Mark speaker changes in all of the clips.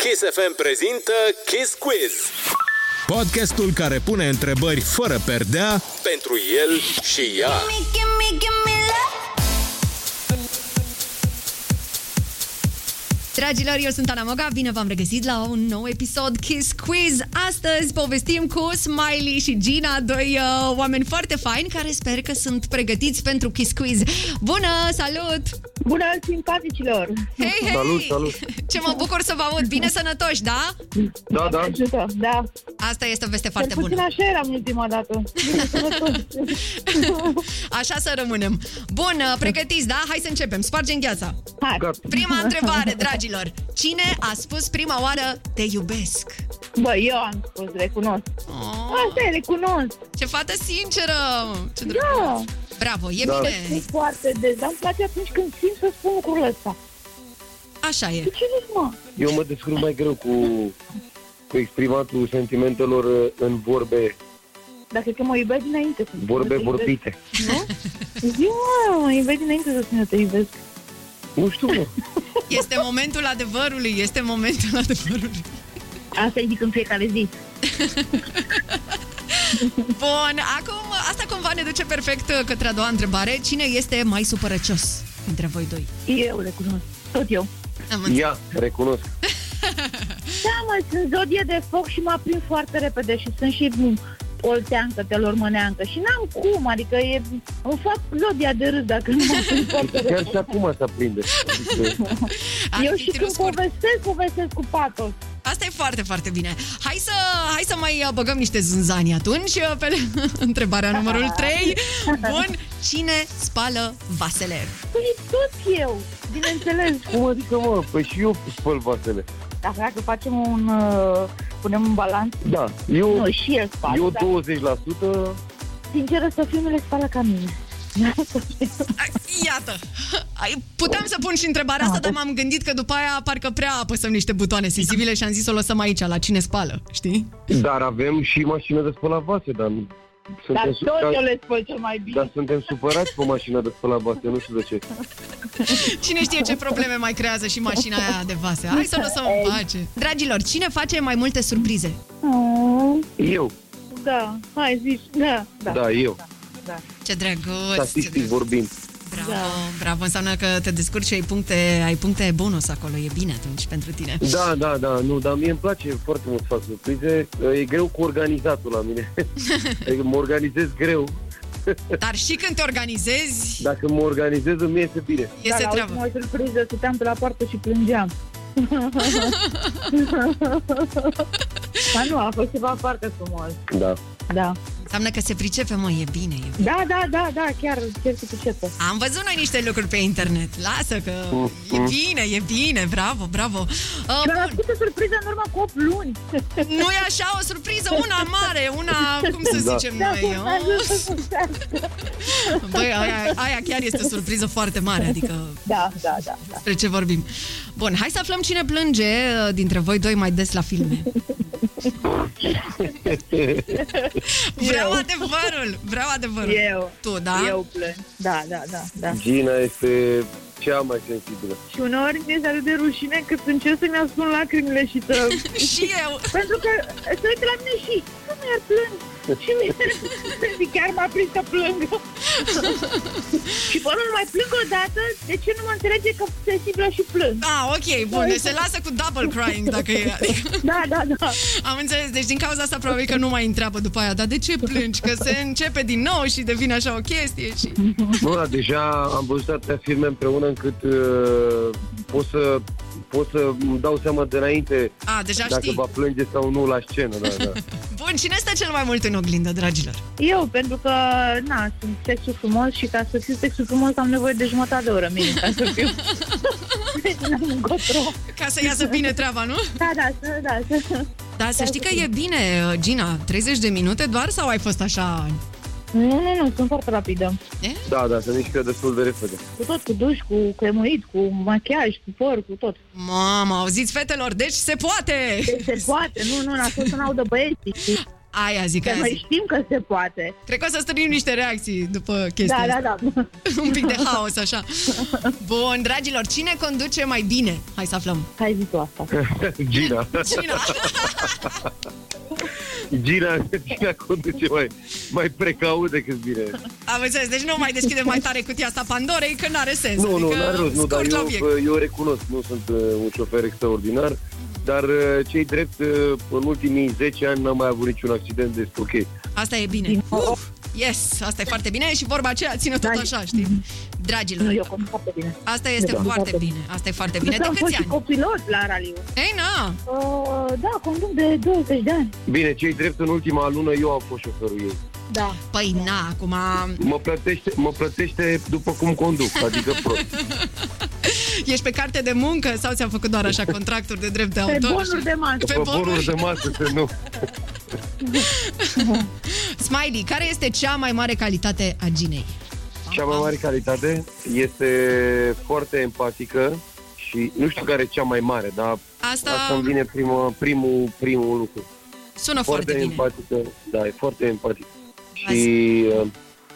Speaker 1: Kiss FM prezintă Kiss Quiz.
Speaker 2: Podcastul care pune întrebări fără perdea
Speaker 1: Pentru el și ea.
Speaker 3: Dragilor, eu sunt Ana Moga, bine v-am regăsit la un nou episod Kiss Quiz. Astăzi povestim cu Smiley și Gina, doi uh, oameni foarte faini care sper că sunt pregătiți pentru Kiss Quiz. Bună, salut!
Speaker 4: Bună, simpaticilor!
Speaker 3: Hei, hei!
Speaker 5: Salut, salut!
Speaker 3: Ce mă bucur să vă aud! Bine sănătoși, da?
Speaker 5: Da, da.
Speaker 4: Ajută, da.
Speaker 3: Asta este o veste
Speaker 4: Foarte
Speaker 3: foarte
Speaker 4: puțin
Speaker 3: bună.
Speaker 4: așa eram ultima dată.
Speaker 3: Așa să rămânem. Bun, uh, pregătiți, da? Hai să începem. Spargem gheața.
Speaker 4: Hai,
Speaker 5: Gat.
Speaker 3: Prima întrebare, dragilor. Cine a spus prima oară te iubesc?
Speaker 4: bă, eu am spus, recunosc.
Speaker 3: Oh,
Speaker 4: Asta e, recunosc.
Speaker 3: ce fată sinceră! Ce
Speaker 4: Da,
Speaker 3: drăguț! Bravo, e
Speaker 5: Da.
Speaker 4: e
Speaker 3: bine!
Speaker 4: foarte des, dar îmi place atunci când simt să spun lucrul ăsta.
Speaker 3: Așa
Speaker 4: De
Speaker 3: e.
Speaker 4: ce nu, mă?
Speaker 5: Eu mă descurc mai greu cu, cu exprimatul sentimentelor uh, în vorbe,
Speaker 4: Dar cred că mă iubeai dinainte. să- să
Speaker 5: vorbe
Speaker 4: te iubesc.
Speaker 5: vorbite.
Speaker 4: Zi, mă, mă iubeai dinainte să spun eu te iubesc.
Speaker 5: Nu știu, mă.
Speaker 3: Este momentul adevărului, este momentul adevărului.
Speaker 4: Asta e zic în fiecare zi.
Speaker 3: Bun, acum asta cumva ne duce perfect uh, către a doua întrebare. Cine este mai supărăcios dintre voi doi?
Speaker 4: Eu recunosc. Tot eu.
Speaker 3: Am înțeles.
Speaker 5: Ia, recunosc.
Speaker 4: Da, mă, sunt zodie de foc și mă aprind foarte repede și sunt și mm, olteancă, telormăneancă și n-am cum, adică e, îmi fac zodia de râs dacă nu mă aprind foarte repede.
Speaker 5: Chiar și acum se aprinde. Adică,
Speaker 3: Ar
Speaker 4: Eu
Speaker 3: fi
Speaker 4: și
Speaker 3: tirul
Speaker 4: când
Speaker 3: scurt.
Speaker 4: povestesc, povestesc cu patos.
Speaker 3: Asta e foarte, foarte bine. Hai să, hai să mai uh, băgăm niște zânzani atunci uh, pe întrebarea numărul 3. Bun, cine spală vasele?
Speaker 4: Păi tot eu, bineînțeles.
Speaker 5: Cum adică, mă? Păi și eu spăl vasele.
Speaker 4: Dacă, dacă facem un... Uh, punem un balans,
Speaker 5: Da, eu,
Speaker 4: nu, și el spală,
Speaker 5: eu
Speaker 4: dar
Speaker 5: 20%,
Speaker 4: sinceră să fiu, nu le spală ca mine.
Speaker 3: Ai, Iată, Ai- puteam să pun și întrebarea asta, dar m-am gândit că după aia parcă prea apăsăm niște butoane sensibile și am zis să o lăsăm aici, la cine spală, știi?
Speaker 5: dar avem și mașină de spălat vase, dar nu-
Speaker 4: Dar
Speaker 5: suntem,
Speaker 4: tot eu
Speaker 5: dar,
Speaker 4: le spăl cel mai bine.
Speaker 5: dar suntem supărați pe mașina de spălat vase, nu știu de ce.
Speaker 3: Cine știe ce probleme mai creează și mașina aia de vase. Hai să o lăsăm în pace. Dragilor, cine face mai multe surprize?
Speaker 4: Mm,
Speaker 5: Eu,
Speaker 4: Da, hai zici, da, da.
Speaker 5: da, eu,
Speaker 4: da.
Speaker 3: Ce drăguț! Păi, Ce
Speaker 5: statistic
Speaker 3: drăguț.
Speaker 5: vorbind.
Speaker 3: Bravo,
Speaker 4: Da.
Speaker 3: bravo, înseamnă că te descurci și ai puncte, ai puncte bonus acolo, e bine atunci pentru tine.
Speaker 5: Da, da, da, nu, dar mie îmi place foarte mult să fac surprize. Ă, E greu cu organizatul la mine. Adică mă organizez greu.
Speaker 3: Dar și când te organizezi,
Speaker 5: Dacă mă organizez, îmi iese bine.
Speaker 3: este
Speaker 4: da, la
Speaker 3: treabă.
Speaker 4: ultima surpriză stăteam pe la poartă și plângeam. Dar nu, a fost ceva foarte frumos.
Speaker 5: Da.
Speaker 4: Da,
Speaker 3: Înseamnă că se pricepe, mă, e bine, e
Speaker 4: da, da, da, da chiar, chiar se pricepe.
Speaker 3: Am văzut noi niște lucruri pe internet. Lasă că e
Speaker 4: Mm-hmm.
Speaker 3: bine, e bine, bravo, bravo. Uh,
Speaker 4: Mi-am
Speaker 3: bun,
Speaker 4: făcut o surpriză în urmă cu 8 luni.
Speaker 3: nu e așa o surpriză, una mare, una, cum să
Speaker 5: Da.
Speaker 3: zicem noi,
Speaker 4: Da,
Speaker 3: o... Băi, aia, aia chiar este o surpriză foarte mare, adică
Speaker 4: da, da, da. da.
Speaker 3: despre ce vorbim. Bun, hai să aflăm cine plânge uh, dintre voi doi mai des la filme. Vreau adevărul, vreau adevărul.
Speaker 4: Eu.
Speaker 3: Tu, da?
Speaker 4: Eu plâng. Da, da, da, da.
Speaker 5: Gina este cea mai sensibilă.
Speaker 4: Și uneori mi este atât de rușine cât încerc să-mi ascund lacrimile și să...
Speaker 3: Și eu.
Speaker 4: Pentru că se uită la mine și nu mi-ar plâng. Și mi-ar și chiar m-a prins să plâng. și bă, nu mai plâng o dată, de ce nu mă înțelege că sunt sensibilă și plâng?
Speaker 3: Ah, ok, bun, se lasă cu double crying dacă e. Adică...
Speaker 4: Da, da, da.
Speaker 3: Am înțeles, deci din cauza asta probabil că nu mai întreabă după aia, dar de ce plângi? Că se începe din nou și devine așa o chestie și...
Speaker 5: Nu, dar deja am văzut atâtea filme împreună încât uh, pot să pot să îmi dau seama de înainte
Speaker 3: A, deja
Speaker 5: dacă
Speaker 3: știi.
Speaker 5: va plânge sau nu la scenă. Da, da.
Speaker 3: Bun, cine stă cel mai mult în oglindă, dragilor?
Speaker 4: Eu, pentru că, na, sunt sexul frumos și ca să fiu sexul frumos am nevoie de jumătate de oră minim ca să fiu. Deci n-am încotro.
Speaker 3: Ca să iasă bine treaba, nu?
Speaker 4: Da, da, să, da, să.
Speaker 3: Da, să știi că e bine, Gina, 30 de minute doar sau ai fost așa...
Speaker 4: Nu, nu, nu, sunt foarte rapidă.
Speaker 5: da, da, se mișcă destul de repede.
Speaker 4: Cu tot, cu duș, cu cremuit, cu machiaj, cu păr, cu tot.
Speaker 3: Mama, auziți fetelor, deci se poate!
Speaker 4: Se poate, nu, nu, la fost să n-audă băieții. știi?
Speaker 3: Aia zic,
Speaker 4: Că
Speaker 3: aia
Speaker 4: noi
Speaker 3: zic.
Speaker 4: știm că se poate.
Speaker 3: Cred că o să strânim niște reacții după chestia
Speaker 4: Da,
Speaker 3: asta.
Speaker 4: da, da.
Speaker 3: Un pic de haos, așa. Bun, dragilor, cine conduce mai bine? Hai să aflăm.
Speaker 4: Hai zi tu asta.
Speaker 5: Gina.
Speaker 3: Cina?
Speaker 5: Gina, Gina conduce mai, mai precaut decât bine.
Speaker 3: Am înțeles, deci nu mai deschidem mai tare cutia asta Pandorei, că n-are sens.
Speaker 5: Nu, nu,
Speaker 3: adică
Speaker 5: n-are rost, nu, dar
Speaker 3: scurt la obiect.
Speaker 5: eu, eu recunosc, nu sunt uh, un șofer extraordinar, dar uh, cei drept, uh, în ultimii 10 ani n-am mai avut niciun accident, deci ok.
Speaker 3: Asta e bine. Uh, yes, asta e foarte bine și vorba aceea ține tot
Speaker 4: Da.
Speaker 3: așa, știi? Dragilor,
Speaker 4: Nu, eu cum foarte bine.
Speaker 3: asta este
Speaker 5: Da.
Speaker 3: foarte bine. Asta e foarte bine.
Speaker 4: Cred că
Speaker 3: De
Speaker 4: am fost
Speaker 3: câți
Speaker 4: și
Speaker 3: ani?
Speaker 4: copilot la raliu.
Speaker 3: Ei, na!
Speaker 4: Uh, da, conduc de 20 de ani.
Speaker 5: Bine, cei drept, în ultima lună eu am fost șoferul ei.
Speaker 4: Da.
Speaker 3: Păi, na, acum...
Speaker 5: Mă plătește, mă plătește după cum conduc, adică prost.
Speaker 3: Ești pe carte de muncă sau ți-a făcut doar așa contracturi de drept de
Speaker 4: Pe
Speaker 3: autor?
Speaker 4: bonuri de masă.
Speaker 3: Pe
Speaker 5: Pe
Speaker 3: bonuri.
Speaker 5: bonuri de masă să nu.
Speaker 3: Smiley, care este cea mai mare calitate a Ginei?
Speaker 5: Cea mai mare calitate este foarte empatică și nu știu care e cea mai mare, dar
Speaker 3: Asta-
Speaker 5: asta îmi vine primă, primul, primul lucru.
Speaker 3: Sună foarte,
Speaker 5: Foarte,
Speaker 3: bine.
Speaker 5: empatică, da, e foarte empatică.
Speaker 3: Azi.
Speaker 5: Și uh,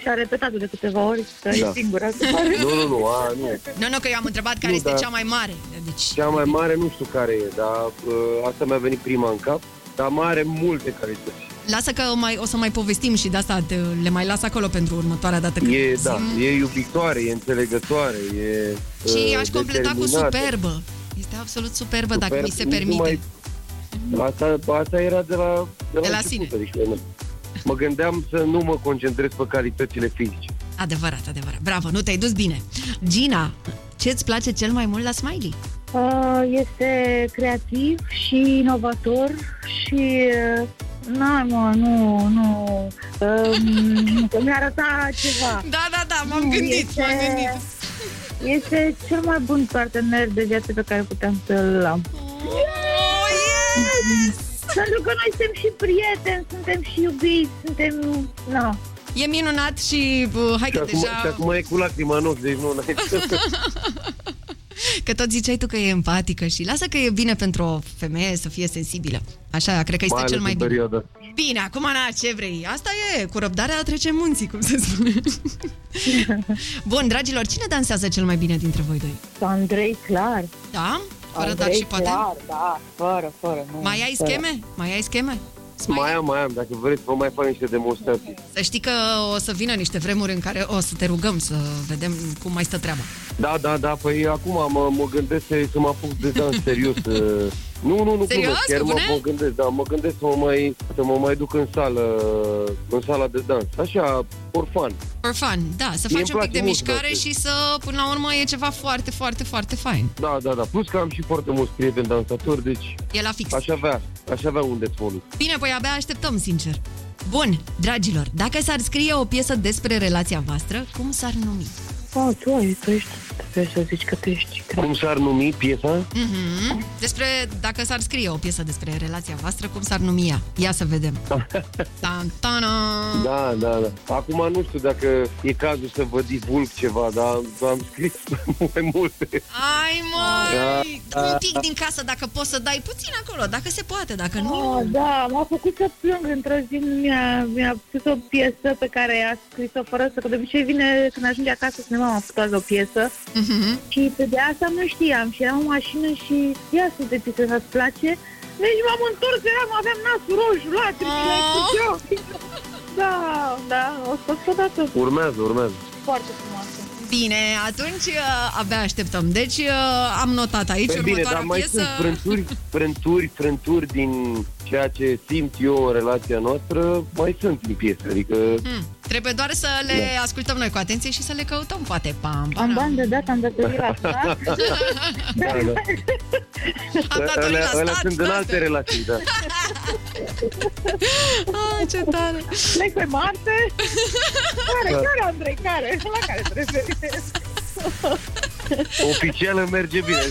Speaker 4: Și a repetat-o de câteva ori că da. e
Speaker 5: Da.
Speaker 4: singura. se pare.
Speaker 5: nu, nu, nu, a, nu.
Speaker 3: Nu, nu, că eu am întrebat care
Speaker 5: Nu,
Speaker 3: este
Speaker 5: da.
Speaker 3: cea mai mare. Deci,
Speaker 5: Cea mai mare nu știu care e, dar uh, asta mi-a venit prima în cap, dar mai are multe calități.
Speaker 3: lasă că mai, o să mai povestim și de asta te, le mai las acolo pentru următoarea dată. când
Speaker 5: E,
Speaker 3: ne
Speaker 5: da,
Speaker 3: auzim.
Speaker 5: e iubitoare, e înțelegătoare, e
Speaker 3: Și
Speaker 5: uh,
Speaker 3: aș completa cu
Speaker 5: determinată.
Speaker 3: superbă. Este absolut superbă, dacă
Speaker 5: Super,
Speaker 3: mi se
Speaker 5: nici nu
Speaker 3: permite. Mhm.
Speaker 5: Mai... Asta, asta era de la, de la,
Speaker 3: De la
Speaker 5: început,
Speaker 3: sine.
Speaker 5: Adică, nu. mă gândeam să nu mă concentrez pe calitățile fizice.
Speaker 3: Adică Adevărat, adevărat. Bravo, nu te-ai dus bine. Gina, ce-ți place cel mai mult la Smiley?
Speaker 4: Uh, Este creativ și inovator și... uh, Na, mă, nu, nu... Um, că mi-a arătat ceva.
Speaker 3: Da, da, da,
Speaker 5: Mm,
Speaker 3: m-am
Speaker 4: este- Este cel mai bun partener de viață pe care putem să-l am.
Speaker 3: Oh, yes!
Speaker 4: Pentru că noi suntem și prieteni, suntem și iubiți, suntem... Na.
Speaker 3: E minunat și bă, hai
Speaker 5: Și
Speaker 3: că
Speaker 5: acum, și
Speaker 3: deja...
Speaker 5: acum e cu lacrima în ochi, deci nu, n-ai
Speaker 3: Că tot ziceai tu că e empatică și lasă că e bine pentru o femeie să fie sensibilă. Așa, cred că este
Speaker 5: mai
Speaker 3: cel
Speaker 5: ales
Speaker 3: mai
Speaker 5: în
Speaker 3: bine.
Speaker 5: perioada.
Speaker 3: Bine, acum na, ce vrei. Asta e, cu răbdarea trece munții, cum se spune. Bun, dragilor, cine dansează cel mai bine dintre voi doi?
Speaker 4: Cu Andrei, clar.
Speaker 3: Da? Fără
Speaker 4: Andrei,
Speaker 3: dar și poate?
Speaker 4: clar, da, fără, fără. Nu,
Speaker 3: Mai ai
Speaker 4: fără.
Speaker 3: scheme? Mai ai scheme? Smiley?
Speaker 5: Mai am, mai am, dacă vreți, vă mai fac niște demonstrații.
Speaker 3: Să știi că o să vină niște vremuri în care o să te rugăm să vedem cum mai stă treaba.
Speaker 5: Da, da, da, păi acum mă, mă gândesc să, să mă apuc de dans serios. uh, Nu, nu, nu,
Speaker 3: Serios?
Speaker 5: glumesc, chiar
Speaker 3: Pe
Speaker 5: mă,
Speaker 3: bune?
Speaker 5: mă gândesc, da, mă gândesc să mă mai, să mă mai duc în sală, în sala de dans. Așa, orfan.
Speaker 3: For fun, da, să faci
Speaker 5: Mie îmi
Speaker 3: un pic
Speaker 5: place
Speaker 3: de
Speaker 5: mult
Speaker 3: mișcare
Speaker 5: dansul.
Speaker 3: și să, până la urmă, e ceva foarte, foarte, foarte fain.
Speaker 5: Da, da, da. Plus că am și foarte mulți prieteni dansatori, deci
Speaker 3: E la fix.
Speaker 5: Aș avea, aș avea unde să mă duc.
Speaker 3: Bine, păi abia așteptăm, sincer. Bun, dragilor, dacă s-ar scrie o piesă despre relația voastră, cum s-ar numi?
Speaker 4: Oh, tu ai, tu ești, trebuie să zici că tu ești cred.
Speaker 5: Cum s-ar numi piesa?
Speaker 3: Mhm. Despre, dacă s-ar scrie o piesă despre relația voastră, cum s-ar numi ea? Ia să vedem. Tan, tan,
Speaker 5: Da, da, da. Acum nu știu dacă e cazul să vă divulg ceva, dar am scris mai multe.
Speaker 3: Ai, măi!
Speaker 5: Da,
Speaker 3: Un pic din casă, dacă poți să dai puțin acolo, dacă se poate, dacă nu...
Speaker 4: Oh, da, m-a făcut să plâng într-o zi, mi-a, mi-a pus o piesă pe care a scris-o fără să, că de obicei vine când ajunge acasă să ne mama a făcut azi o piesă
Speaker 3: Mhm.
Speaker 4: și pe de asta nu știam și eram în mașină și ia să te pică să-ți place. Deci m-am întors, eram, aveam nasul roșu, latri,
Speaker 3: Oh.
Speaker 4: oh. Da, da, o să o dată
Speaker 5: Urmează, urmează.
Speaker 4: foarte frumoasă.
Speaker 3: Bine, atunci uh, abia așteptăm. Deci uh, am notat aici
Speaker 5: Păi bine,
Speaker 3: următoarea
Speaker 5: dar mai
Speaker 3: piesă.
Speaker 5: sunt frânturi, frânturi, frânturi din ceea ce simt eu în relația noastră, mai sunt în piesă, adică...
Speaker 3: Hmm. Trebuie doar să le
Speaker 5: Da.
Speaker 3: ascultăm noi cu atenție și să le căutăm, poate. Pam,
Speaker 4: Am
Speaker 3: pam.
Speaker 4: bani de dat, am datorii la stat.
Speaker 5: Da, da.
Speaker 3: Am dat la
Speaker 5: Alea, alea
Speaker 3: stat.
Speaker 5: sunt în alte relații, da.
Speaker 3: Ah, ce tare.
Speaker 4: Plec pe Marte. Care, care, Andrei, care? La care trebuie?
Speaker 5: Oficială merge bine.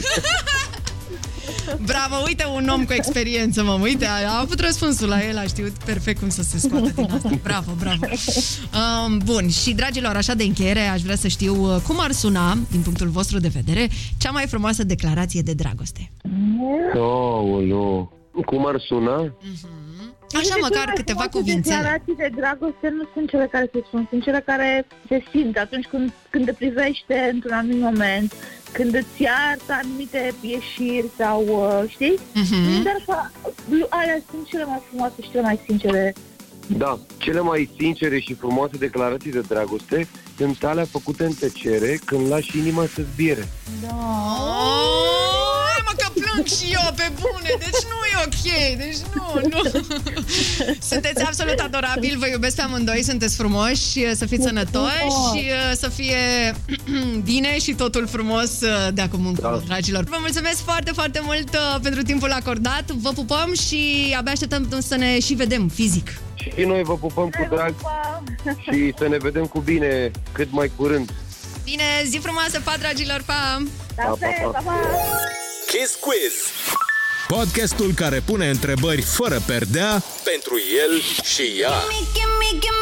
Speaker 3: Bravo, uite un om cu experiență, mă, uite, a, a avut răspunsul la el, a știut perfect cum să se scoată din asta. Bravo, bravo. Um, bun, și dragilor, așa de încheiere, aș vrea să știu uh, cum ar suna, din punctul vostru de vedere, cea mai frumoasă declarație de dragoste.
Speaker 5: Oh, nu. Cum ar suna?
Speaker 3: Așa
Speaker 4: Cred că
Speaker 3: măcar
Speaker 4: cele Păi, mai
Speaker 3: câteva
Speaker 4: frumoase
Speaker 3: cuvințele.
Speaker 4: Declarații de dragoste nu sunt cele care se spun, sunt cele care se simt atunci când, când te privește într-un anumit moment, când îți iartă anumite ieșiri sau, uh, știi?
Speaker 3: Mhm.
Speaker 4: Dar că lu- alea sunt cele mai frumoase și cele mai sincere.
Speaker 5: Da, cele mai sincere și frumoase declarații de dragoste sunt alea făcute în tăcere când lași inima să zbiere.
Speaker 3: Oh, mă, că plâng și eu, pe bune, deci nu e ok, deci nu, nu. Sunteți absolut adorabili, vă iubesc pe amândoi, sunteți frumoși, să fiți sănătoși, să fie bine și totul frumos de acum încolo,
Speaker 5: Da.
Speaker 3: dragilor. Vă mulțumesc foarte, foarte mult uh, pentru timpul acordat, vă pupăm și abia așteptăm să ne și vedem fizic.
Speaker 5: Și noi vă pupăm cu drag
Speaker 4: Pa!
Speaker 5: și să ne vedem cu bine cât mai curând.
Speaker 3: Bine, zi frumoasă, pa, dragilor, pa!
Speaker 4: Da,
Speaker 5: Pa,
Speaker 4: pa,
Speaker 5: pa, pa.
Speaker 4: pa, pa.
Speaker 1: Kiss Quiz.
Speaker 2: Podcastul care pune întrebări fără perdea
Speaker 1: Pentru el și ea.
Speaker 6: Gimme, gimme, gimme